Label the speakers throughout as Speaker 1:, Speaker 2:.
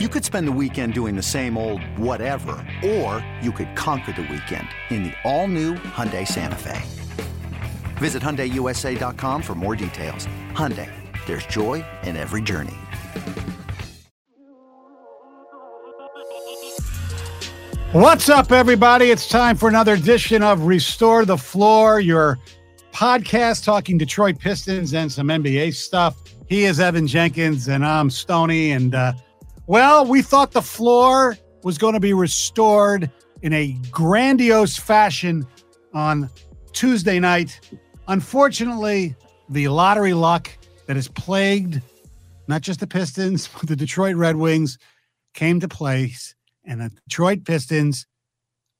Speaker 1: You could spend the weekend doing the same old whatever, or you could conquer the weekend in the all-new Hyundai Santa Fe. Visit HyundaiUSA.com for more details. Hyundai, there's joy in every journey.
Speaker 2: What's up, everybody? It's time for another edition of Restore the Floor, your podcast talking Detroit Pistons and some NBA stuff. He is Evan Jenkins, and I'm Stony. And uh, well, we thought the floor was going to be restored in a grandiose fashion on Tuesday night. Unfortunately, the lottery luck that has plagued not just the Pistons, but the Detroit Red Wings came to place, and the Detroit Pistons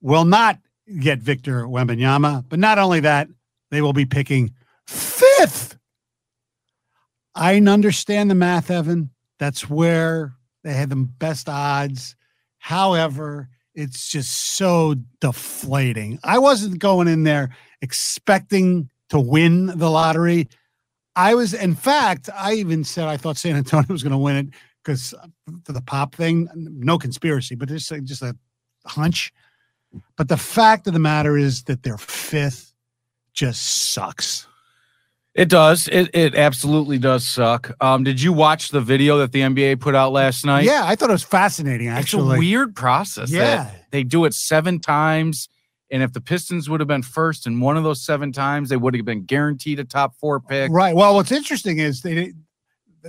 Speaker 2: will not get Victor Wembanyama. But not only that, they will be picking fifth. I understand the math, Evan. That's where they had the best odds. However, it's just so deflating. I wasn't going in there expecting to win the lottery. I was, in fact, I even said I thought San Antonio was going to win it because for the pop thing, no conspiracy, but it's just a hunch. But the fact of the matter is that they're fifth just sucks.
Speaker 3: It does. It it absolutely does suck. Um, did you watch the video that the NBA put out last night?
Speaker 2: Yeah, I thought it was fascinating.
Speaker 3: It's
Speaker 2: Actually,
Speaker 3: a weird process.
Speaker 2: Yeah.
Speaker 3: that They do it seven times. And if the Pistons would have been first in one of those seven times, they would have been guaranteed a top four pick.
Speaker 2: right. Well, what's interesting is they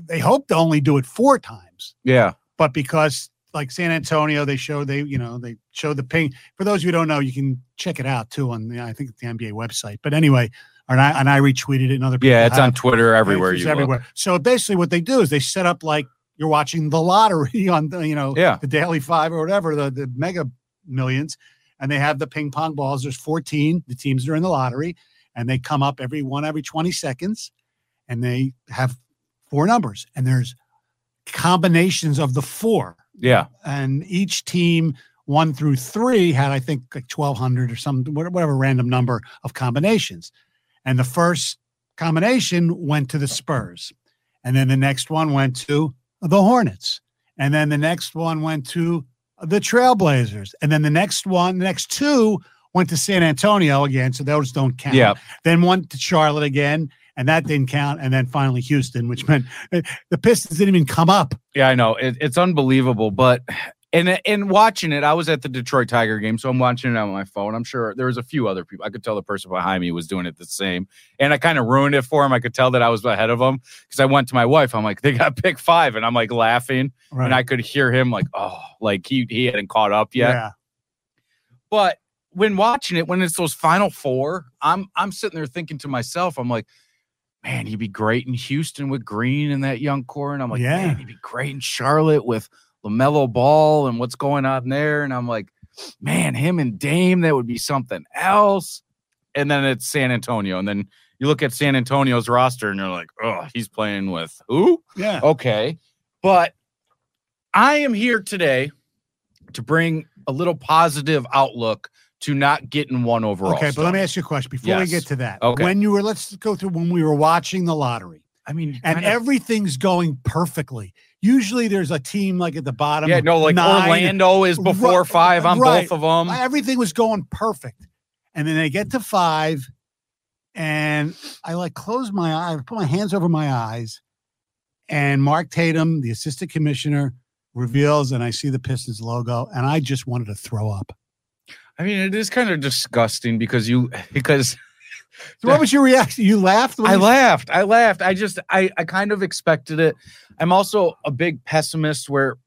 Speaker 2: they hope to only do it four times.
Speaker 3: Yeah.
Speaker 2: but because like San Antonio, they showed they you know they showed the ping. For those who don't know, you can check it out too on the I think the NBA website. But anyway, and I and I retweeted it and other people
Speaker 3: Yeah. It's
Speaker 2: have.
Speaker 3: on Twitter everywhere.
Speaker 2: It's
Speaker 3: You everywhere.
Speaker 2: everywhere. So basically, what they do is they set up like you're watching the lottery on the, you know
Speaker 3: Yeah.
Speaker 2: the Daily Five or whatever the the Mega Millions, and they have the ping pong balls. There's 14. The teams that are in the lottery, and they come up every one every 20 seconds, and they have four numbers, and there's combinations of the four
Speaker 3: Yeah.
Speaker 2: and each team one through three had i think like 1200 or some wha- whatever random number of combinations and the first combination went to the spurs and then the next one went to the hornets and then the next one went to the trailblazers and then the next one the next two went to san antonio again so those don't count
Speaker 3: Yeah.
Speaker 2: then one to charlotte again and that didn't count and then finally houston which meant eh, the pistons didn't even come up
Speaker 3: Yeah, I know it, it's unbelievable, but and and watching it, I was at the Detroit Tiger game, so I'm watching it on my phone. I'm sure there was a few other people. I could tell the person behind me was doing it the same, and I kind of ruined it for him. I could tell that I was ahead of him because I went to my wife. I'm like, they got pick five, and I'm like laughing,
Speaker 2: right
Speaker 3: and I could hear him like, oh, like he he hadn't caught up yet. But when watching it, when it's those final four, I'm I'm sitting there thinking to myself, I'm like, man, he'd be great in Houston with Green and that young core. And I'm like,
Speaker 2: Yeah.
Speaker 3: man, he'd be great in Charlotte with LaMelo Ball and what's going on there. And I'm like, man, him and Dame, that would be something else. And then it's San Antonio. And then you look at San Antonio's roster and you're like, oh, he's playing with who?
Speaker 2: yeah
Speaker 3: Okay. But I am here today to bring a little positive outlook to not getting one overall.
Speaker 2: Okay, but let me
Speaker 3: Stoney.
Speaker 2: ask you a question before we
Speaker 3: Yes.
Speaker 2: get to that.
Speaker 3: Okay.
Speaker 2: When you were, let's go through when we were watching the lottery
Speaker 3: I mean,
Speaker 2: and
Speaker 3: kind of-
Speaker 2: everything's going perfectly. Usually there's a team like at the bottom.
Speaker 3: yeah, no, like
Speaker 2: nine.
Speaker 3: Orlando is before
Speaker 2: Right,
Speaker 3: five on
Speaker 2: right.
Speaker 3: both of them.
Speaker 2: Everything was going perfect. And then they get to five, and I like close my eyes, put my hands over my eyes, and Mark Tatum, the assistant commissioner, reveals, and I see the Pistons logo, and I just wanted to throw up.
Speaker 3: I mean, it is kind of disgusting because you because
Speaker 2: So what was your reaction? You laughed? What
Speaker 3: I
Speaker 2: was-
Speaker 3: laughed. I laughed. I just I I kind of expected it. I'm also a big pessimist where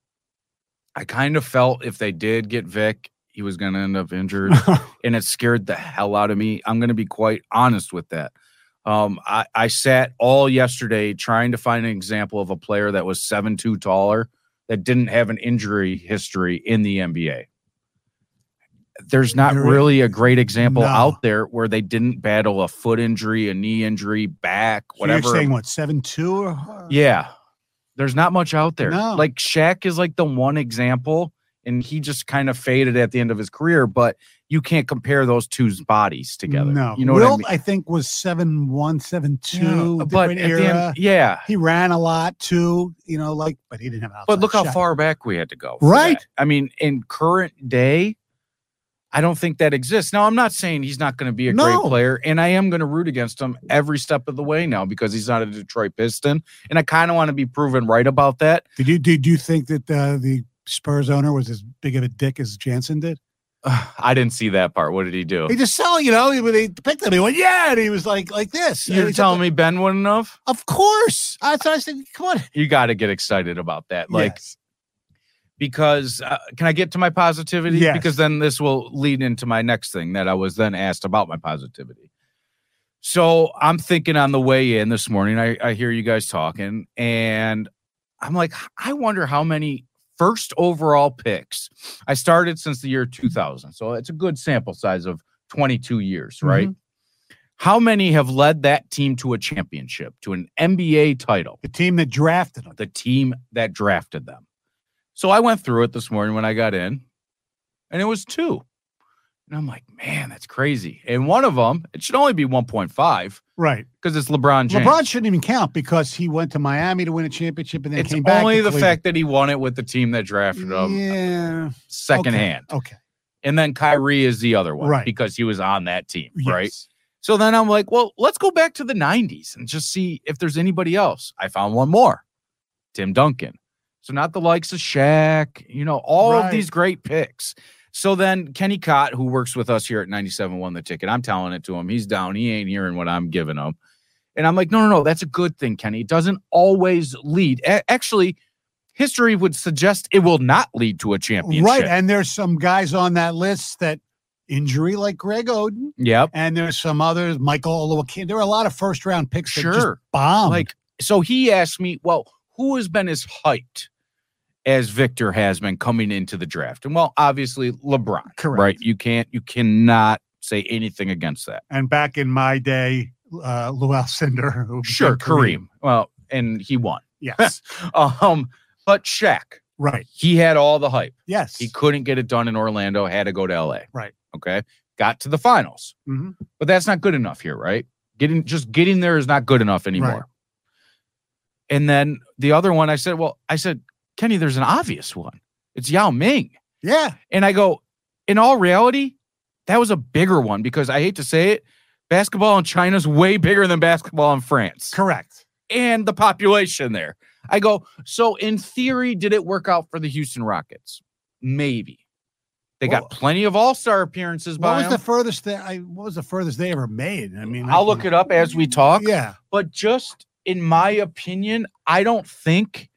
Speaker 3: I kind of felt if they did get Vic, he was going to end up injured. and it scared the hell out of me. I'm going to be quite honest with that. Um, I, I sat all yesterday trying to find an example of a player that was seven two taller that didn't have an injury history in the NBA. There's not
Speaker 2: There-
Speaker 3: really a great example
Speaker 2: No.
Speaker 3: out there where they didn't battle a foot injury, a knee injury, back,
Speaker 2: So you're
Speaker 3: whatever.
Speaker 2: saying what seven two or
Speaker 3: yeah. There's not much out there.
Speaker 2: No.
Speaker 3: Like Shaq is like the one example. and he just kind of faded at the end of his career. But you can't compare those two bodies together.
Speaker 2: No,
Speaker 3: you know
Speaker 2: Wilt,
Speaker 3: what I mean.
Speaker 2: think was seven one, seven two.
Speaker 3: Yeah, but at the
Speaker 2: era.
Speaker 3: end, yeah.
Speaker 2: he ran a lot too. You know, like, but he didn't have. An
Speaker 3: But
Speaker 2: outside
Speaker 3: look how
Speaker 2: shot.
Speaker 3: far back we had to go, for
Speaker 2: Oh, Right.
Speaker 3: that. I mean, in current day, I don't think that exists. Now, I'm not saying he's not going to be a
Speaker 2: No.
Speaker 3: great player, and I am going to root against him every step of the way now because he's not a Detroit Piston, and I kind of want to be proven right about that.
Speaker 2: Did you did you think that uh, the Spurs owner was as big of a dick as Jansen did?
Speaker 3: I didn't see that part. What did he do?
Speaker 2: He just saw, you know, he, when they picked him, he went, yeah, and he was like, like this.
Speaker 3: You're telling me Ben wouldn't have?
Speaker 2: Of course. That's what I said. Come on.
Speaker 3: you got to get excited about that like
Speaker 2: Yes.
Speaker 3: because uh, can i get to my positivity
Speaker 2: Yes.
Speaker 3: because then this will lead into my next thing that i was then asked about my positivity so i'm thinking on the way in this morning i, I hear you guys talking and i'm like i wonder how many first overall picks i started since the year 2000 so it's a good sample size of 22 years right how many have led that team to a championship to an nba title
Speaker 2: the team that drafted him.
Speaker 3: the team that drafted them. So I went through it this morning when I got in, and it was two. And I'm like, man, that's crazy. And one of them, it should only be 1.5 because
Speaker 2: Right.
Speaker 3: it's LeBron James.
Speaker 2: LeBron shouldn't even count because he went to Miami to win a championship and then
Speaker 3: it's
Speaker 2: came back.
Speaker 3: only
Speaker 2: to
Speaker 3: the
Speaker 2: Cleveland.
Speaker 3: fact that he won it with the team that drafted him
Speaker 2: Yeah.
Speaker 3: secondhand.
Speaker 2: Okay.
Speaker 3: And then Kyrie is the other one
Speaker 2: Right.
Speaker 3: because he was on that team, right?
Speaker 2: Yes.
Speaker 3: So then I'm like, well, let's go back to the 90s and just see if there's anybody else. I found one more Tim Duncan. So not the likes of Shaq, you know, all
Speaker 2: Right.
Speaker 3: of these great picks. So then Kenny Cott, who works with us here at 97 won the ticket. I'm telling it to him. He's down. He ain't hearing what I'm giving him. And I'm like, no, no, no, that's a good thing, Kenny. It doesn't always lead. A- actually, history would suggest it will not lead to a championship.
Speaker 2: Right. And there's some guys on that list that injury like Greg Oden.
Speaker 3: Yep.
Speaker 2: And there's some others, Michael Olowokandi. There were a lot of first round picks that just
Speaker 3: Sure.
Speaker 2: bombed.
Speaker 3: like so he asked me well who has been as hyped as victor has been coming into the draft and well obviously lebron
Speaker 2: Correct.
Speaker 3: right you can't you cannot say anything against that
Speaker 2: and back in my day, uh, Luau Cinder. Who
Speaker 3: sure kareem well and he won
Speaker 2: Yes.
Speaker 3: um but Shaq,
Speaker 2: right.
Speaker 3: he had all the hype
Speaker 2: Yes.
Speaker 3: he couldn't get it done in orlando had to go to la
Speaker 2: Right.
Speaker 3: okay got to the finals
Speaker 2: Mhm.
Speaker 3: but that's not good enough here right getting just getting there is not good enough anymore and then the other one i said well i said kenny there's an obvious one it's yao ming
Speaker 2: Yeah.
Speaker 3: and i go in all reality that was a bigger one because i hate to say it basketball in china's way bigger than basketball in france
Speaker 2: Correct.
Speaker 3: and the population there i go so in theory did it work out for the houston rockets maybe they got
Speaker 2: Well-
Speaker 3: plenty of all-star appearances
Speaker 2: What
Speaker 3: by
Speaker 2: was
Speaker 3: him.
Speaker 2: the furthest that I? What was the furthest they ever made? I mean, I
Speaker 3: I'll look
Speaker 2: can't-
Speaker 3: it up as we talk.
Speaker 2: Yeah.
Speaker 3: But just in my opinion, I don't think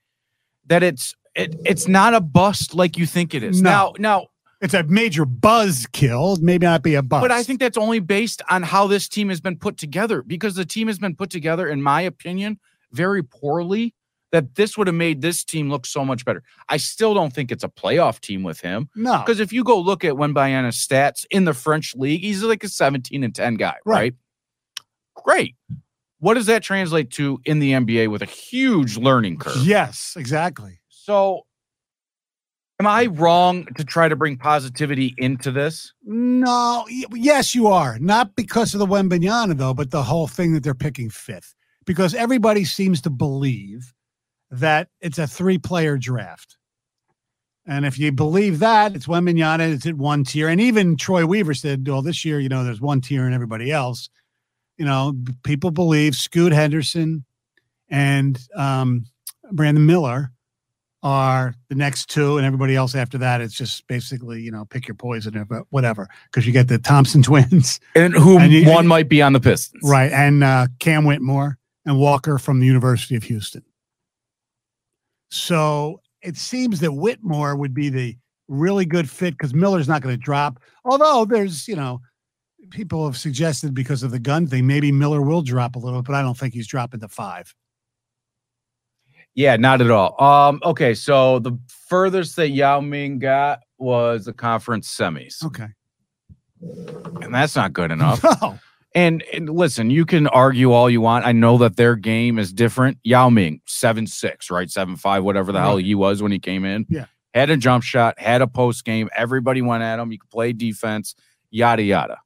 Speaker 3: that it's it, it's not a bust like you think it is.
Speaker 2: No.
Speaker 3: Now now,
Speaker 2: It's a major buzz kill. Maybe not be a buzz.
Speaker 3: but I think that's only based on how this team has been put together because the team has been put together, in my opinion, very poorly. That this would have made this team look so much better. I still don't think it's a playoff team with him.
Speaker 2: no.
Speaker 3: Because if you go look at Wembayana's stats in the French league, he's like a 17 and 10 guy,
Speaker 2: Right.
Speaker 3: right? Great. What does that translate to in the NBA with a huge learning curve?
Speaker 2: Yes. Exactly.
Speaker 3: So am I wrong to try to bring positivity into this?
Speaker 2: No. y- Yes, you are. Not because of the Wembenyana though, but the whole thing that they're picking fifth, because everybody seems to believe that it's a three-player draft. And if you believe that, it's Wembenyana, it's at one tier. And even Troy Weaver said, well, this year, you know, there's one tier and everybody else. You know, b- people believe Scoot Henderson and um, Brandon Miller are the next two, and everybody else after that, it's just basically, you know, pick your poison or wha- whatever, because you get the Thompson twins,
Speaker 3: And who
Speaker 2: And you-
Speaker 3: one might be on the Pistons.
Speaker 2: right? And uh, Cam Whitmore and Walker from the University of Houston. So it seems that Whitmore would be the really good fit because Miller's not going to drop. Although there's, you know, people have suggested because of the gun thing, maybe Miller will drop a little, but I don't think he's dropping to five.
Speaker 3: Yeah, not at all. Um, okay, so the furthest that Yao Ming got was the conference semis.
Speaker 2: Okay.
Speaker 3: And that's not good enough.
Speaker 2: No.
Speaker 3: And, and listen, you can argue all you want. I know that their game is different. Yao Ming, seven six, right? Seven five, whatever the hell
Speaker 2: Right.
Speaker 3: he was when he came in.
Speaker 2: Yeah.
Speaker 3: had a jump shot, had a post game. Everybody went at him. You could play defense, yada, yada.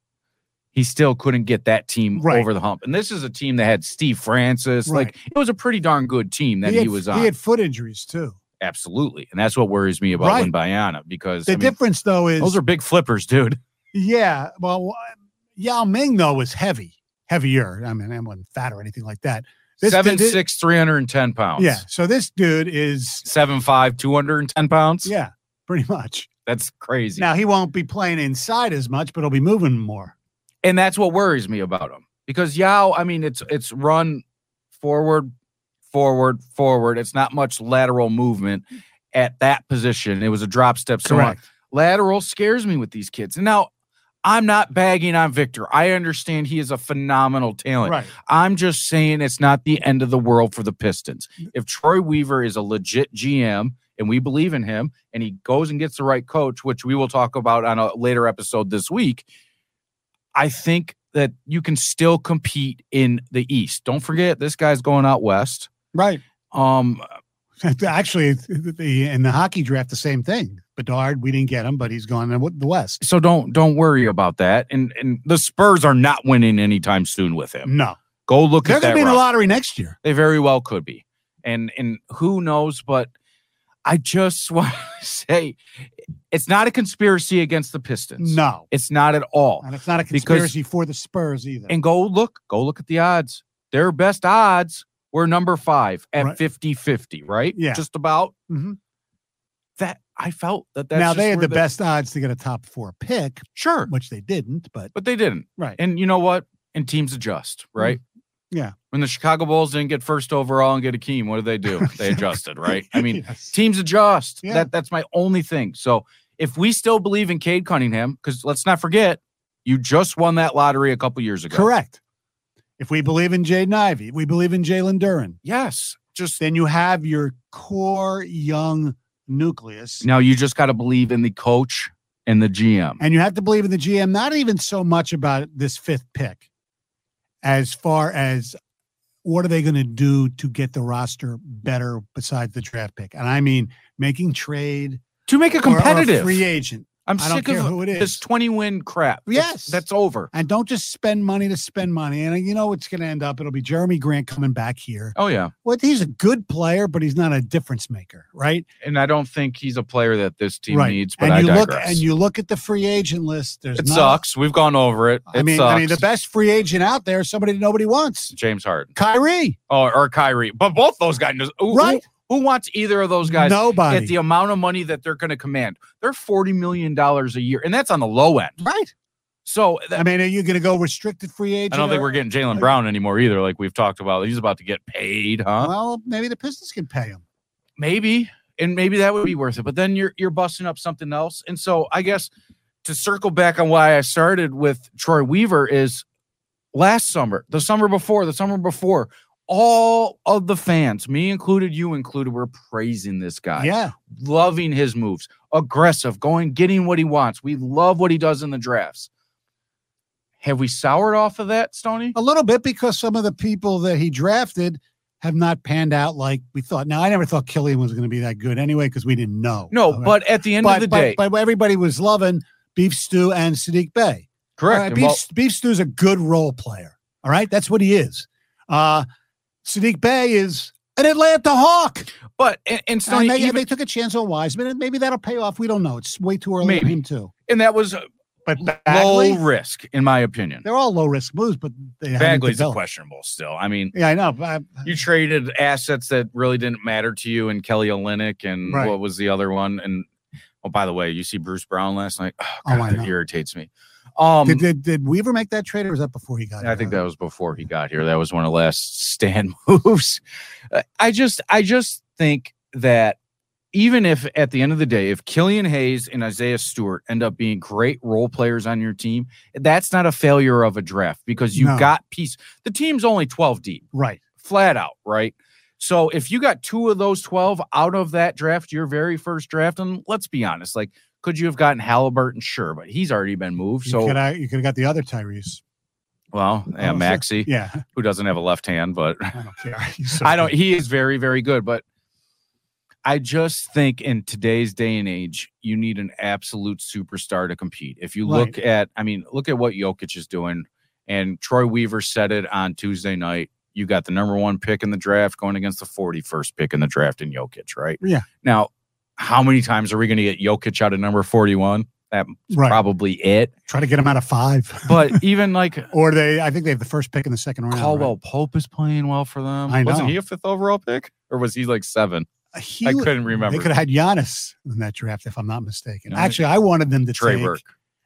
Speaker 3: He still couldn't get that team
Speaker 2: Right.
Speaker 3: over the hump. And this is a team that had Steve Francis. Like,
Speaker 2: Right.
Speaker 3: it was a pretty darn good team that he,
Speaker 2: had,
Speaker 3: was on.
Speaker 2: He had foot injuries too.
Speaker 3: Absolutely. And that's what worries me about
Speaker 2: Right.
Speaker 3: Lin Biana because
Speaker 2: The
Speaker 3: I mean,
Speaker 2: difference though is
Speaker 3: those are big flippers, dude.
Speaker 2: Yeah. Well, Yao Ming though was heavy, heavier. I mean, I wasn't fat or anything like that. This-
Speaker 3: Seven
Speaker 2: this-
Speaker 3: six, three hundred and ten pounds.
Speaker 2: Yeah. So this dude is
Speaker 3: Seven five, two hundred and ten pounds.
Speaker 2: yeah, pretty much.
Speaker 3: That's crazy.
Speaker 2: Now he won't be playing inside as much, but he'll be moving more.
Speaker 3: and that's what worries me about him because Yao, I mean, it's it's run forward, forward, forward. It's not much lateral movement at that position. It was a drop step. So on. lateral scares me with these kids. And now I'm not bagging on Victor. I understand he is a phenomenal talent.
Speaker 2: Right.
Speaker 3: I'm just saying it's not the end of the world for the Pistons. If Troy Weaver is a legit GM and we believe in him and he goes and gets the right coach, which we will talk about on a later episode this week, I think that you can still compete in the East. Don't forget, this guy's going out west.
Speaker 2: Right.
Speaker 3: Um,
Speaker 2: Actually, the, in the hockey draft, the same thing. Bedard, we didn't get him, but he's gone to the West.
Speaker 3: so don't don't worry about that. And and the Spurs are not winning anytime soon with him.
Speaker 2: No,
Speaker 3: Go look
Speaker 2: Mm-hmm. they're
Speaker 3: at that.
Speaker 2: going to be in the
Speaker 3: roster.
Speaker 2: lottery next year.
Speaker 3: They very well could be. And and who knows, but I just want to say it's not a conspiracy against the Pistons.
Speaker 2: No,
Speaker 3: It's not at all.
Speaker 2: and it's not a
Speaker 3: Because-
Speaker 2: conspiracy for the Spurs either.
Speaker 3: And go look, go look at the odds. Their best odds were number five
Speaker 2: Right.
Speaker 3: at 50 50, right?
Speaker 2: Yeah.
Speaker 3: Just about
Speaker 2: Mhm.
Speaker 3: that. I felt that that's
Speaker 2: now
Speaker 3: just
Speaker 2: they had
Speaker 3: where
Speaker 2: the best odds to get a top four pick,
Speaker 3: Sure.
Speaker 2: which they didn't. But
Speaker 3: But they didn't.
Speaker 2: right,
Speaker 3: And you know what? And teams adjust, right?
Speaker 2: Mm. Yeah.
Speaker 3: When the Chicago Bulls didn't get first overall and get a Akeem, what did they do? They adjusted, right? I mean,
Speaker 2: Yes.
Speaker 3: teams adjust.
Speaker 2: Yeah.
Speaker 3: That that's my only thing. So if we still believe in Cade Cunningham, because let's not forget, you just won that lottery a couple years ago.
Speaker 2: Correct. If we believe in Jaden Ivey, we believe in Jalen Duran,
Speaker 3: Yes. Just
Speaker 2: then you have your core young nucleus.
Speaker 3: now you just got to believe in the coach and the GM.
Speaker 2: And you have to believe in the GM, not even so much about this fifth pick, as far as what are they going to do to get the roster better besides the draft pick? And I mean making trade
Speaker 3: To make it
Speaker 2: or- or
Speaker 3: competitive.
Speaker 2: free agent.
Speaker 3: I'm
Speaker 2: I don't
Speaker 3: sick
Speaker 2: care
Speaker 3: of
Speaker 2: who it
Speaker 3: this
Speaker 2: is.
Speaker 3: 20 win crap. That's-
Speaker 2: Yes.
Speaker 3: That's over.
Speaker 2: And don't just spend money to spend money. And uh, you know it's going to end up. It'll be Jeremy Grant coming back here.
Speaker 3: Oh yeah.
Speaker 2: Well, he's a good player, but he's not a difference maker, right?
Speaker 3: And I don't think he's a player that this team needs, but
Speaker 2: and
Speaker 3: I
Speaker 2: you
Speaker 3: digress.
Speaker 2: look and you look at the free agent list. There's
Speaker 3: it
Speaker 2: not-
Speaker 3: sucks. We've gone over it. It
Speaker 2: I mean,
Speaker 3: sucks.
Speaker 2: I mean, the best free agent out there is somebody nobody wants.
Speaker 3: James Harden.
Speaker 2: Kyrie,
Speaker 3: Oh, or Kyrie. But both those guys. Who, who-
Speaker 2: right?
Speaker 3: Who, wants either of those guys?
Speaker 2: nobody,
Speaker 3: at the amount of money that they're going to command. They're forty million dollars a year, and that's on the low end.
Speaker 2: right?
Speaker 3: So that,
Speaker 2: I mean, are you going to go restricted free agent?
Speaker 3: I don't think
Speaker 2: or-
Speaker 3: we're getting Jalen
Speaker 2: I-
Speaker 3: Brown anymore either. Like we've talked about, he's about to get paid, huh?
Speaker 2: Well, maybe the Pistons can pay him.
Speaker 3: Maybe, and maybe that would be worth it. But then you're you're busting up something else, and so I guess to circle back on why I started with Troy Weaver is last summer, the summer before, the summer before. All of the fans, me included, you included, were praising this guy.
Speaker 2: Yeah,
Speaker 3: loving his moves, aggressive, going, getting what he wants. We love what he does in the drafts. Have we soured off of that, Stoney?
Speaker 2: a little bit because some of the people that he drafted have not panned out like we thought. Now, I never thought Killian was going to be that good anyway because we didn't know.
Speaker 3: No,
Speaker 2: Uh,
Speaker 3: but at the end
Speaker 2: but,
Speaker 3: of the
Speaker 2: but-
Speaker 3: day,
Speaker 2: but everybody was loving beef stew and Sadiq Bey.
Speaker 3: correct.
Speaker 2: All right,
Speaker 3: and
Speaker 2: Uh, beef,
Speaker 3: well,
Speaker 2: beef Stew's a good role player. All right, that's what he is. Uh, Sadiq Bey is an Atlanta Hawk.
Speaker 3: but and, and Stoney,
Speaker 2: and they,
Speaker 3: even-
Speaker 2: they took a chance on Wiseman, and maybe that'll pay off. We don't know. It's way too early for
Speaker 3: Maybe.
Speaker 2: him too.
Speaker 3: and that was
Speaker 2: But Bagley,
Speaker 3: low risk, in my opinion.
Speaker 2: they're all low risk moves, but they haven't
Speaker 3: Bagley's
Speaker 2: developed.
Speaker 3: questionable still. I mean,
Speaker 2: Yeah, I know. but uh, I-
Speaker 3: you traded assets that really didn't matter to you, and Kelly Olynyk, and
Speaker 2: Right.
Speaker 3: what was the other one? And oh, by the way, you see Bruce Brown last night. Oh,
Speaker 2: Oh,
Speaker 3: God,
Speaker 2: I
Speaker 3: that
Speaker 2: know.
Speaker 3: irritates me. Um,
Speaker 2: did, did, did Weaver make that trade, or was that before he got?
Speaker 3: I
Speaker 2: here?
Speaker 3: think that was before he got here. That was one of the last stand moves. Uh, I just I just think that even if at the end of the day, if Killian Hayes and Isaiah Stewart end up being great role players on your team, that's not a failure of a draft because you
Speaker 2: No.
Speaker 3: got piece. The team's only 12 deep,
Speaker 2: right.
Speaker 3: flat out, right? So if you got two of those 12 out of that draft, your very first draft, and let's be honest, like could you have gotten Halliburton? Sure, but he's already been moved.
Speaker 2: So you
Speaker 3: So
Speaker 2: could have got the other Tyrese.
Speaker 3: well, yeah,
Speaker 2: Oh, sure.
Speaker 3: Maxi,
Speaker 2: Yeah,
Speaker 3: who doesn't have a left hand, but
Speaker 2: I don't care. He's so
Speaker 3: I don't.
Speaker 2: good.
Speaker 3: He is very, very good, but I just think in today's day and age, you need an absolute superstar to compete. If you look at, I mean, look at what Jokic is doing, and Troy Weaver said it on Tuesday night. You got the number one pick in the draft going against the 41st pick in the draft in Jokic, right?
Speaker 2: Yeah.
Speaker 3: Now, how many times are we going to get Jokic out of number 41? That's
Speaker 2: Right.
Speaker 3: probably it.
Speaker 2: Try to get him out of five.
Speaker 3: But even like
Speaker 2: or they, I think they have the first pick in the second round. right?
Speaker 3: Caldwell Pope is playing well for them.
Speaker 2: I know.
Speaker 3: Wasn't he a fifth overall pick? Or was he like seven?
Speaker 2: He
Speaker 3: I
Speaker 2: w-
Speaker 3: couldn't
Speaker 2: They
Speaker 3: remember.
Speaker 2: could have had Giannis in that draft, if I'm not mistaken.
Speaker 3: Yeah.
Speaker 2: Actually, I wanted them to
Speaker 3: Trey
Speaker 2: take
Speaker 3: Burke.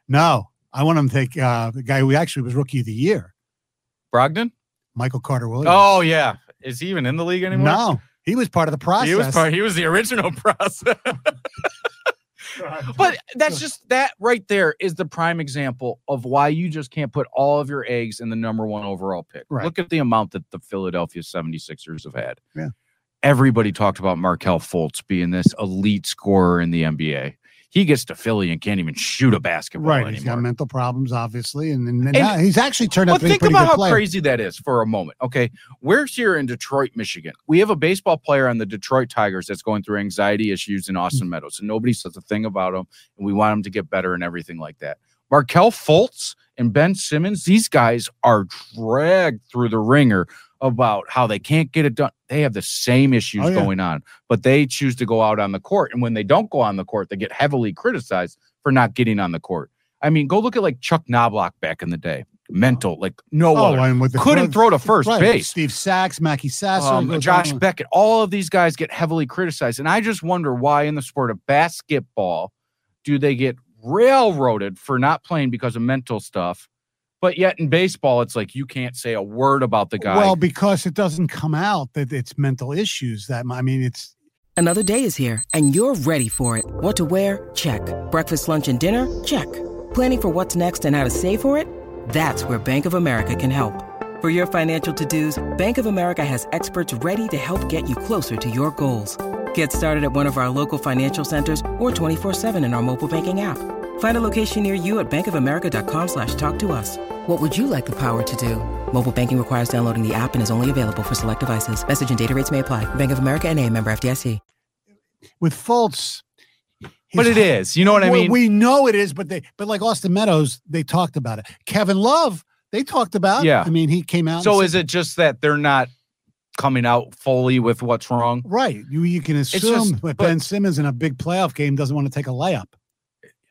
Speaker 2: No, I want them to take uh, the guy who actually was rookie of the year,
Speaker 3: Brogdon?
Speaker 2: Michael Carter Williams.
Speaker 3: Oh yeah. Is he even in the league anymore?
Speaker 2: no, he was part of the process.
Speaker 3: He was part, he was the original process. but that's just that right there is the prime example of why you just can't put all of your eggs in the number one overall pick.
Speaker 2: Right.
Speaker 3: Look at the amount that the Philadelphia 76ers have had.
Speaker 2: Yeah.
Speaker 3: Everybody talked about Markel Fultz being this elite scorer in the NBA. He gets to Philly and can't even shoot a basketball
Speaker 2: right, he's
Speaker 3: anymore.
Speaker 2: got mental problems, obviously, and, and, and
Speaker 3: And-
Speaker 2: now he's actually turned out
Speaker 3: But
Speaker 2: to be a
Speaker 3: think
Speaker 2: pretty
Speaker 3: about
Speaker 2: good
Speaker 3: how
Speaker 2: player.
Speaker 3: crazy that is for a moment. Okay. We're here in Detroit, Michigan. We have a baseball player on the Detroit Tigers that's going through anxiety issues in Austin
Speaker 2: Mm.
Speaker 3: Meadows, and nobody says a thing about him. And we want him to get better and everything like that. Markel Fultz and Ben Simmons, these guys are dragged through the ringer about how they can't get it done. They have the same issues
Speaker 2: Oh, yeah.
Speaker 3: going on, but they choose to go out on the court. And when they don't go on the court, they get heavily criticized for not getting on the court. I mean, go look at like Chuck Knobloch back in the day. Mental, like no other
Speaker 2: and with
Speaker 3: couldn't throw to first
Speaker 2: Oh, right,
Speaker 3: base.
Speaker 2: Steve Sachs, Mackie Sasser,
Speaker 3: Um,
Speaker 2: goes
Speaker 3: Josh
Speaker 2: on.
Speaker 3: Beckett, all of these guys get heavily criticized. And I just wonder why, in the sport of basketball, do they get railroaded for not playing because of mental stuff? But yet in baseball, it's like you can't say a word about the guy.
Speaker 2: Well, because it doesn't come out that it's mental issues. That I mean, it's
Speaker 4: Another day is here, and you're ready for it. What to wear? Check. Breakfast, lunch, and dinner? Check. Planning for what's next and how to save for it? That's where Bank of America can help. For your financial to-dos, Bank of America has experts ready to help get you closer to your goals. Get started at one of our local financial centers or 24-7 in our mobile banking app. Find a location near you at bankofamerica.com slash talk to us. What would you like the power to do? Mobile banking requires downloading the app and is only available for select devices. Message and data rates may apply. Bank of America and a member FDIC.
Speaker 2: with Fultz.
Speaker 3: but
Speaker 2: his-
Speaker 3: it is. You know what I
Speaker 2: we-
Speaker 3: mean?
Speaker 2: We know it is, but they but like Austin Meadows, they talked about it. Kevin Love, they talked about.
Speaker 3: Yeah.
Speaker 2: I mean, he came out. and
Speaker 3: so
Speaker 2: said-
Speaker 3: is it just that they're not coming out fully with what's wrong?
Speaker 2: right? You you can
Speaker 3: just-
Speaker 2: assume that
Speaker 3: but-
Speaker 2: Ben Simmons in a big playoff game doesn't want to take a layup.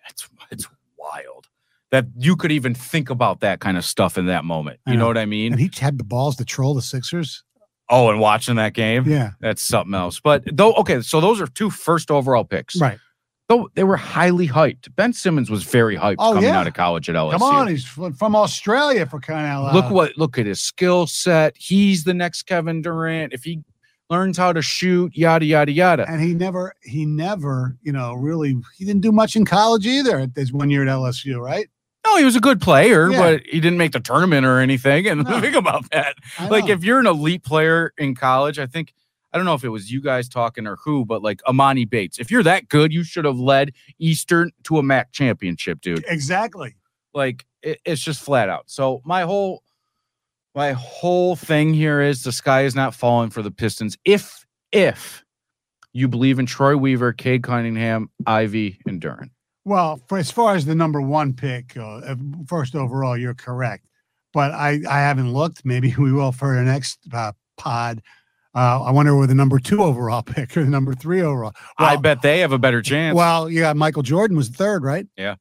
Speaker 3: It's, it's wild that you could even think about that kind of stuff in that moment.
Speaker 2: I
Speaker 3: You
Speaker 2: know.
Speaker 3: know what I mean?
Speaker 2: And he had the balls to troll the Sixers.
Speaker 3: Oh, and watching that game.
Speaker 2: Yeah,
Speaker 3: That's something else. But though, okay, so those are two first overall picks.
Speaker 2: right.
Speaker 3: Though they were highly hyped. Ben Simmons was very hyped
Speaker 2: Oh,
Speaker 3: coming
Speaker 2: yeah.
Speaker 3: out of college at LSU.
Speaker 2: Come on, he's fr- from Australia for crying out loud.
Speaker 3: Look what look at his skill set. He's the next Kevin Durant. If he learns how to shoot, yada yada yada.
Speaker 2: And he never, he never, you know, really, he didn't do much in college either. There's one year at LSU, right?
Speaker 3: No, he was a good player,
Speaker 2: Yeah.
Speaker 3: but he didn't make the tournament or anything. And
Speaker 2: No.
Speaker 3: think about that.
Speaker 2: I
Speaker 3: like
Speaker 2: know.
Speaker 3: if you're an elite player in college, I think I don't know if it was you guys talking or who, but like Amani Bates. If you're that good, you should have led Eastern to a MAC championship, dude.
Speaker 2: exactly.
Speaker 3: like it, it's just flat out so my whole my whole thing here is the sky is not falling for the pistons if if you believe in troy weaver cade cunningham ivy and duran
Speaker 2: Well, for as far as the number one pick, uh, uh, first overall, you're correct. But I, I haven't looked. Maybe we will for the next uh, pod. Uh, I wonder where the number two overall pick or the number three overall.
Speaker 3: i
Speaker 2: Well-
Speaker 3: bet they have a better chance
Speaker 2: Well, you got Michael Jordan was third, right?
Speaker 3: Yeah.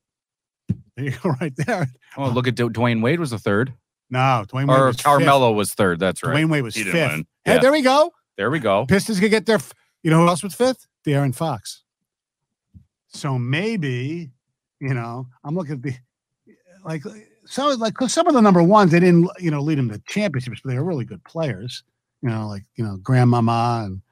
Speaker 2: There you go, right there.
Speaker 3: oh look at Du- dwayne wade was the third
Speaker 2: No, Dwayne Wade
Speaker 3: or
Speaker 2: was fifth.
Speaker 3: carmelo was third that's right
Speaker 2: Dwayne Wade was
Speaker 3: He
Speaker 2: fifth.
Speaker 3: didn't
Speaker 2: Hey,
Speaker 3: win. Yeah.
Speaker 2: there we go.
Speaker 3: there we go
Speaker 2: Pistons could get their. f- You know who else was fifth? De'Aaron Fox. So maybe, you know, I'm looking at the like some of- like 'cause some of the number ones they didn't you know lead them to championships, but they were really good players. You know, like you know Grandmama and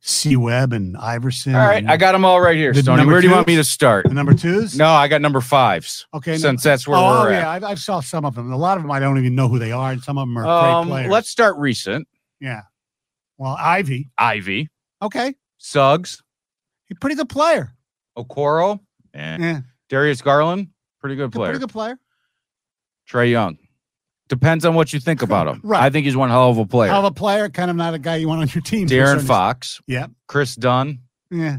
Speaker 2: C Webb and Iverson.
Speaker 3: all right
Speaker 2: and
Speaker 3: i got them all right here
Speaker 2: The
Speaker 3: Stoney.
Speaker 2: number
Speaker 3: where do you want me
Speaker 2: twos?
Speaker 3: to start
Speaker 2: the number twos.
Speaker 3: no i got number fives
Speaker 2: okay. no-
Speaker 3: since that's where
Speaker 2: oh
Speaker 3: we're
Speaker 2: yeah, I, I saw some of them. A lot of them I don't even know who they are, and some of them
Speaker 3: at
Speaker 2: are
Speaker 3: um,
Speaker 2: great players.
Speaker 3: let's start recent
Speaker 2: yeah. Well, Ivy.
Speaker 3: ivy
Speaker 2: Okay,
Speaker 3: suggs
Speaker 2: he's a pretty good player.
Speaker 3: okoro eh.
Speaker 2: Yeah,
Speaker 3: Darius Garland, pretty good
Speaker 2: he's a
Speaker 3: player.
Speaker 2: pretty good player.
Speaker 3: Trey Young. Depends on what you think about him.
Speaker 2: Right.
Speaker 3: I think he's one hell of a player.
Speaker 2: Hell of a player, kind of not a guy you want on your team. to a
Speaker 3: Darren
Speaker 2: certain-
Speaker 3: Fox.
Speaker 2: Yep.
Speaker 3: Chris Dunn.
Speaker 2: Yeah.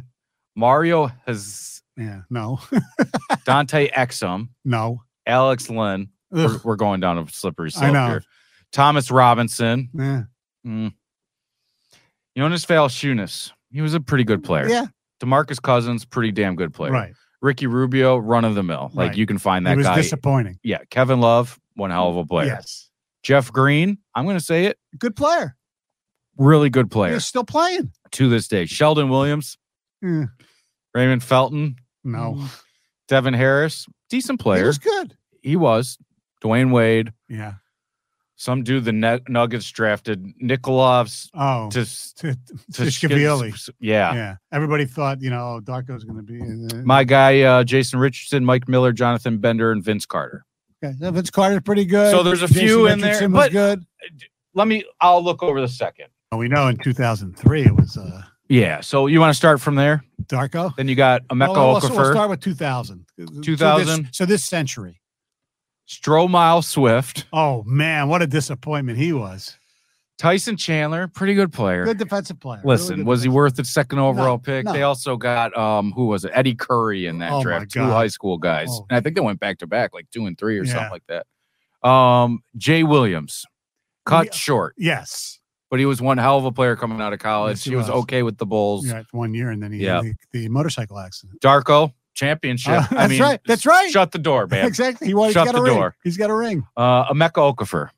Speaker 3: Mario has
Speaker 2: Yeah. No.
Speaker 3: Dante Exum,
Speaker 2: No.
Speaker 3: Alex Lynn. We're,
Speaker 2: Ugh.
Speaker 3: we're going down a slippery
Speaker 2: I
Speaker 3: slope
Speaker 2: know.
Speaker 3: here. Thomas Robinson.
Speaker 2: Yeah.
Speaker 3: Mm. Jonas Valanciunas. He was a pretty good player.
Speaker 2: Yeah.
Speaker 3: DeMarcus Cousins, pretty damn good player.
Speaker 2: Right.
Speaker 3: Ricky Rubio, run of the mill. Like
Speaker 2: Right.
Speaker 3: you can find
Speaker 2: It
Speaker 3: that
Speaker 2: was
Speaker 3: guy.
Speaker 2: disappointing.
Speaker 3: yeah. Kevin Love, one hell of a player.
Speaker 2: Yes.
Speaker 3: Jeff Green, I'm going to say it,
Speaker 2: Good player.
Speaker 3: really good player
Speaker 2: You're still playing.
Speaker 3: to this day. Sheldon Williams,
Speaker 2: Eh,
Speaker 3: Raymond Felton,
Speaker 2: No.
Speaker 3: Devin Harris, decent
Speaker 2: He
Speaker 3: Mm-hmm. player.
Speaker 2: was good.
Speaker 3: He was. Dwayne Wade,
Speaker 2: Yeah.
Speaker 3: some dude the Nug- Nuggets drafted, Nikolovs
Speaker 2: Oh.
Speaker 3: to,
Speaker 2: To,
Speaker 3: to
Speaker 2: to Schiavelli.
Speaker 3: Yeah.
Speaker 2: Yeah. Everybody thought, you know, oh, Darko's going to be. uh,
Speaker 3: My guy, uh, Jason Richardson, Mike Miller, Jonathan Bender, and Vince Carter.
Speaker 2: Okay. so Vince Carter's pretty good.
Speaker 3: So there's a
Speaker 2: Jason
Speaker 3: few in there,
Speaker 2: Richardson was
Speaker 3: but-
Speaker 2: good.
Speaker 3: Let me, I'll look over the second.
Speaker 2: Oh, we know in 2003 it was uh,
Speaker 3: Yeah. So you want to start from there?
Speaker 2: Darko.
Speaker 3: Then you got Emeka
Speaker 2: Well, we'll,
Speaker 3: Okafor,
Speaker 2: we'll start with 2000. So this-
Speaker 3: 2000.
Speaker 2: So this century.
Speaker 3: Stromile Swift,
Speaker 2: Oh, man. What a disappointment he was.
Speaker 3: Tyson Chandler, pretty good player.
Speaker 2: Good defensive player. really
Speaker 3: Listen,
Speaker 2: good
Speaker 3: was he
Speaker 2: defensive-
Speaker 3: worth the second overall pick?
Speaker 2: no.
Speaker 3: They also got um who was it? Eddie Curry in that
Speaker 2: Oh, my
Speaker 3: draft. Two
Speaker 2: God.
Speaker 3: high school guys.
Speaker 2: Oh.
Speaker 3: And I think they went back to back, like two and three or
Speaker 2: Yeah.
Speaker 3: something like that. Um Jay Williams. Cut
Speaker 2: Yeah.
Speaker 3: short,
Speaker 2: Yes.
Speaker 3: but he was one hell of a player coming out of college.
Speaker 2: Yes, he
Speaker 3: he was
Speaker 2: was.
Speaker 3: okay with the Bulls.
Speaker 2: Yeah, one year, and then he
Speaker 3: Yeah.
Speaker 2: had the, the motorcycle accident.
Speaker 3: Darko, championship.
Speaker 2: Uh,
Speaker 3: I
Speaker 2: that's
Speaker 3: mean,
Speaker 2: right. That's right.
Speaker 3: Shut the door, man.
Speaker 2: exactly. He wanted,
Speaker 3: Shut
Speaker 2: he's got
Speaker 3: the
Speaker 2: a ring.
Speaker 3: door.
Speaker 2: He's got a ring.
Speaker 3: Uh Emeka Okafor,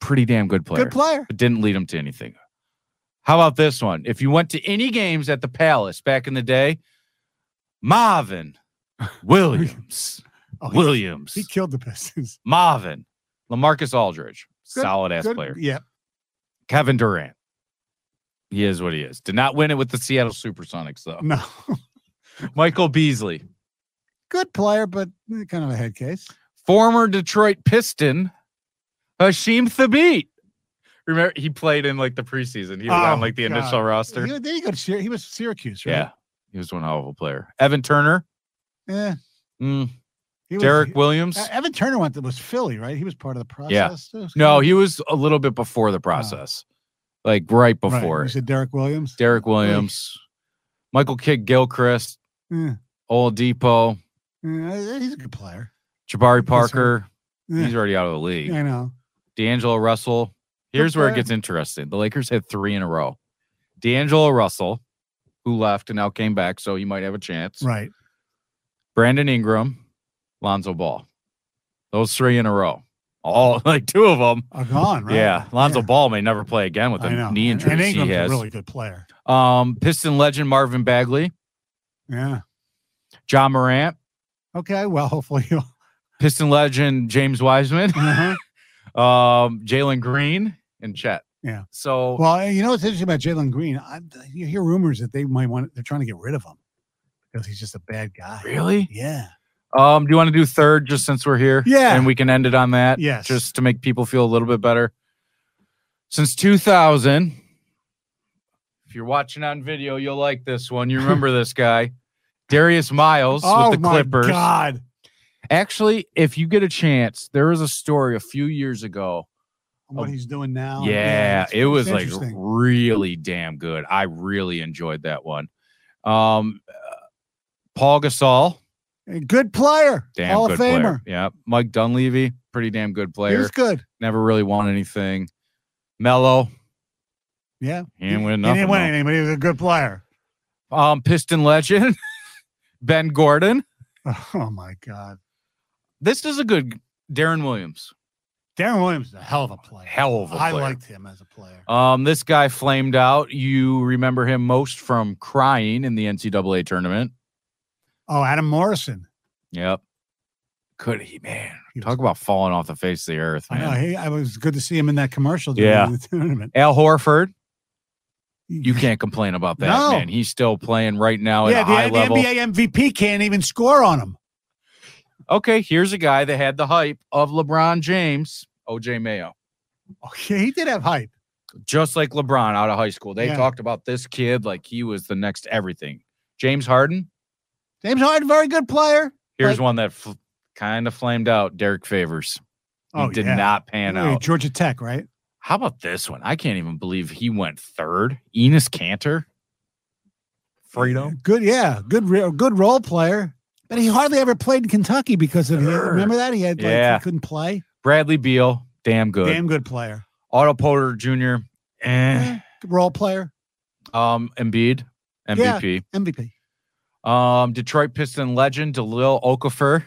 Speaker 3: pretty damn good player.
Speaker 2: Good player.
Speaker 3: but didn't lead him to anything. How about this one? If you went to any games at the Palace back in the day, Marvin Williams,
Speaker 2: Oh, he-
Speaker 3: Williams,
Speaker 2: He killed the Pistons.
Speaker 3: Marvin, Lamarcus Aldridge,
Speaker 2: Good-
Speaker 3: solid ass
Speaker 2: Good-
Speaker 3: player.
Speaker 2: Yeah.
Speaker 3: Kevin Durant, he is what he is. Did not win it with the Seattle Supersonics though.
Speaker 2: No. Mm.
Speaker 3: Michael Beasley,
Speaker 2: Good player, but eh, kind of a head case.
Speaker 3: former Detroit Piston, Hashim Thabit. Remember, he played in like the preseason. He was
Speaker 2: Oh,
Speaker 3: on like the
Speaker 2: God.
Speaker 3: initial roster.
Speaker 2: He, then he, go to Syr- he was Syracuse, right?
Speaker 3: Yeah, he was one hell of a player. Evan Turner,
Speaker 2: Yeah.
Speaker 3: mm,
Speaker 2: He was-
Speaker 3: Derek
Speaker 2: he-
Speaker 3: Williams.
Speaker 2: Uh, Evan Turner went to was Philly, right? He was part of the
Speaker 3: Yeah.
Speaker 2: process. too?
Speaker 3: no, he was a little bit before the process, like right before.
Speaker 2: Oh. Right. You said Derek Williams.
Speaker 3: Derek Williams, Michael Kidd Gilchrist,
Speaker 2: Yeah.
Speaker 3: Old Depot,
Speaker 2: Yeah, he's a good player.
Speaker 3: Jabari
Speaker 2: Yes, sir.
Speaker 3: Parker.
Speaker 2: Yeah,
Speaker 3: He's already out of the league.
Speaker 2: I know.
Speaker 3: D'Angelo Russell. Here's where it
Speaker 2: player.
Speaker 3: gets interesting. The Lakers had three in a row. D'Angelo Russell, who left and now came back, so he might have a chance.
Speaker 2: Right.
Speaker 3: Brandon Ingram, Lonzo Ball. Those three in a row. All like two of them
Speaker 2: Are gone, right?
Speaker 3: Yeah, Lonzo Ball may never play again with
Speaker 2: I know.
Speaker 3: the knee
Speaker 2: And
Speaker 3: injuries he
Speaker 2: Ingram's a
Speaker 3: has.
Speaker 2: really good player.
Speaker 3: um, Piston legend Marvin Bagley,
Speaker 2: Yeah.
Speaker 3: John Morant,
Speaker 2: Okay. Well, hopefully you'll.
Speaker 3: Piston legend James Wiseman,
Speaker 2: Uh-huh.
Speaker 3: um, Jalen Green, and Chet.
Speaker 2: Yeah.
Speaker 3: So
Speaker 2: Well, eh, you know what's interesting about Jalen Green? I, you hear rumors that they might want. They're trying to get rid of him because he's just a bad guy.
Speaker 3: really,
Speaker 2: Yeah.
Speaker 3: um, do you want to do third just since we're here?
Speaker 2: Yeah.
Speaker 3: and we can end it on that.
Speaker 2: Yes.
Speaker 3: just to make people feel a little bit better. Since 2000, if you're watching on video, you'll like this one. You remember this guy, Darius Miles
Speaker 2: oh
Speaker 3: with the
Speaker 2: my
Speaker 3: Clippers.
Speaker 2: God.
Speaker 3: Actually, if you get a chance, there was a story a few years ago.
Speaker 2: And What
Speaker 3: Oh,
Speaker 2: he's doing now.
Speaker 3: yeah,
Speaker 2: it's-
Speaker 3: it was
Speaker 2: it's
Speaker 3: like
Speaker 2: interesting.
Speaker 3: really damn good. I really enjoyed that one. Um, uh, Paul Gasol,
Speaker 2: A good player.
Speaker 3: damn
Speaker 2: Hall
Speaker 3: good
Speaker 2: of Famer.
Speaker 3: player. Yeah, Mike Dunleavy, pretty damn good
Speaker 2: He
Speaker 3: player.
Speaker 2: was good.
Speaker 3: Never really won anything. Mello,
Speaker 2: Yeah.
Speaker 3: he didn't win
Speaker 2: He
Speaker 3: nothing.
Speaker 2: didn't win
Speaker 3: though.
Speaker 2: anything, but he was a good player.
Speaker 3: Um, Piston legend Ben Gordon.
Speaker 2: Oh my God.
Speaker 3: This is a good Darren Williams.
Speaker 2: Darren Williams is a hell of a player.
Speaker 3: Hell of a
Speaker 2: I
Speaker 3: player.
Speaker 2: liked him as a player.
Speaker 3: Um, this guy flamed out. You remember him most from crying in the NCAA tournament.
Speaker 2: Oh, Adam Morrison.
Speaker 3: Yep. Could he, man?
Speaker 2: He was-
Speaker 3: Talk about falling off the face of the earth,
Speaker 2: I know.
Speaker 3: man.
Speaker 2: He, I was good to see him in that commercial during
Speaker 3: Yeah.
Speaker 2: the tournament.
Speaker 3: Al Horford, you can't complain about that,
Speaker 2: No.
Speaker 3: man. He's still playing right now at
Speaker 2: Yeah,
Speaker 3: a high
Speaker 2: the,
Speaker 3: level.
Speaker 2: the NBA MVP can't even score on him.
Speaker 3: Okay, here's a guy that had the hype of LeBron James, OJ Mayo.
Speaker 2: Okay, Oh, he did have hype.
Speaker 3: Just like LeBron out of high school. They
Speaker 2: Yeah.
Speaker 3: talked about this kid like he was the next everything. James Harden,
Speaker 2: James Harden, very good player.
Speaker 3: here's
Speaker 2: But-
Speaker 3: one that fl- kind of flamed out, Derek Favors. He
Speaker 2: Oh,
Speaker 3: did
Speaker 2: yeah.
Speaker 3: not pan
Speaker 2: Wait,
Speaker 3: out.
Speaker 2: Georgia Tech, right?
Speaker 3: How about this one? I can't even believe he went third. Enos Cantor,
Speaker 5: Freedom.
Speaker 2: Good, yeah, good, re- good role player. But he hardly ever played in Kentucky because of remember that he had like,
Speaker 3: Yeah.
Speaker 2: he couldn't play.
Speaker 3: Bradley Beal, damn good.
Speaker 2: Damn good player,
Speaker 3: Otto Porter Jr. Eh.
Speaker 2: Eh, good role player,
Speaker 3: Um, Embiid, MVP.
Speaker 2: MVP.
Speaker 3: Um, Detroit Piston legend DeLil Okafor.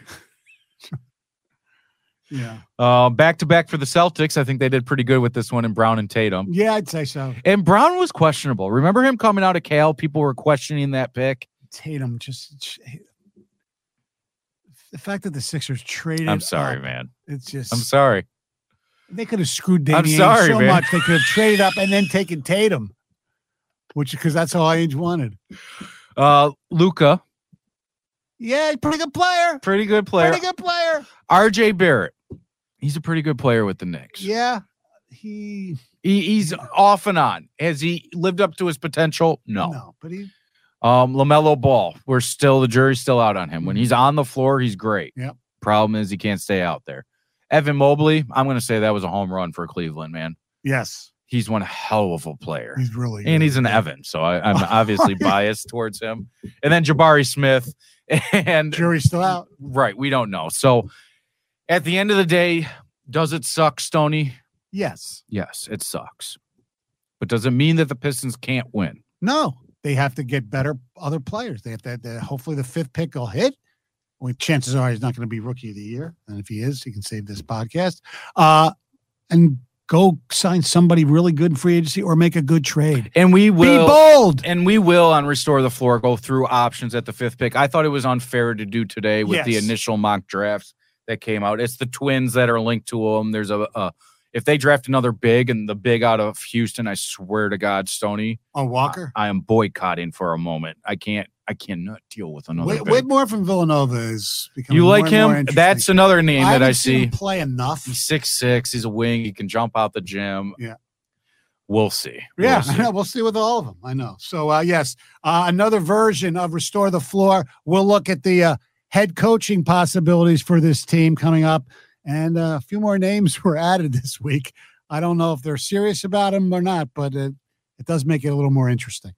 Speaker 2: Yeah,
Speaker 3: Uh, back to back for the Celtics. I think they did pretty good with this one in Brown and Tatum.
Speaker 2: yeah, I'd say so.
Speaker 3: And Brown was questionable. Remember him coming out of Cal? People were questioning that pick.
Speaker 2: Tatum just the fact that the Sixers traded.
Speaker 3: I'm sorry,
Speaker 2: up,
Speaker 3: man.
Speaker 2: It's just
Speaker 3: I'm sorry.
Speaker 2: they could have screwed
Speaker 3: I'm
Speaker 2: Damian
Speaker 3: sorry,
Speaker 2: so
Speaker 3: man.
Speaker 2: much they could have traded up and then taken Tatum, which because that's all I wanted.
Speaker 3: Uh, Luca,
Speaker 2: Yeah, pretty good player.
Speaker 3: pretty good player.
Speaker 2: Pretty good player.
Speaker 3: RJ Barrett. He's a pretty good player with the Knicks.
Speaker 2: Yeah, he
Speaker 3: He, he's off and on. Has he lived up to his potential?
Speaker 2: no,
Speaker 3: No.
Speaker 2: but he
Speaker 3: Um, LaMelo Ball, we're still, the jury's still out on him. When he's on the floor, he's great.
Speaker 2: Yep.
Speaker 3: Problem is, he can't stay out there. Evan Mobley, I'm going to say that was a home run for Cleveland, man.
Speaker 2: yes,
Speaker 3: He's one hell of a player.
Speaker 2: he's really
Speaker 3: and
Speaker 2: good.
Speaker 3: he's an Evan, so I, I'm obviously biased towards him. And then Jabari Smith, and
Speaker 2: jury's still out.
Speaker 3: right, we don't know. So at the end of the day, does it suck, Stoney?
Speaker 2: Yes,
Speaker 3: Yes, it sucks. But does it mean that the Pistons can't win?
Speaker 2: no, they have to get better other players. They have to. they- hopefully, the fifth pick will hit. Well, chances are he's not going to be rookie of the year, and if he is, he can save this podcast. Uh, and go sign somebody really good in free agency or make a good trade.
Speaker 3: And we
Speaker 2: Be
Speaker 3: will.
Speaker 2: bold.
Speaker 3: And we will on Restore the Floor go through options at the fifth pick. I thought it was unfair to do today with the
Speaker 2: Yes.
Speaker 3: initial mock drafts that came out. It's the twins that are linked to them. There's a, a if they draft another big and the big out of Houston, I swear to God, Stoney,
Speaker 2: Or Oh, Walker.
Speaker 3: I am boycotting for a moment. I can't. I cannot deal with another.
Speaker 2: Whit-
Speaker 3: big.
Speaker 2: Whitmore from Villanova is becoming
Speaker 3: you
Speaker 2: more
Speaker 3: like
Speaker 2: and more
Speaker 3: him?
Speaker 2: interesting.
Speaker 3: That's another name that
Speaker 2: haven't
Speaker 3: I
Speaker 2: seen
Speaker 3: see.
Speaker 2: him play enough.
Speaker 3: He's six six. He's a wing. He can jump out the gym.
Speaker 2: Yeah.
Speaker 3: We'll see. We'll
Speaker 2: Yeah,
Speaker 3: see.
Speaker 2: yeah, we'll see with all of them. I know. So uh, yes, uh, another version of restore the floor. We'll look at the uh, head coaching possibilities for this team coming up, and uh, a few more names were added this week. I don't know if they're serious about them or not, but it, it does make it a little more interesting.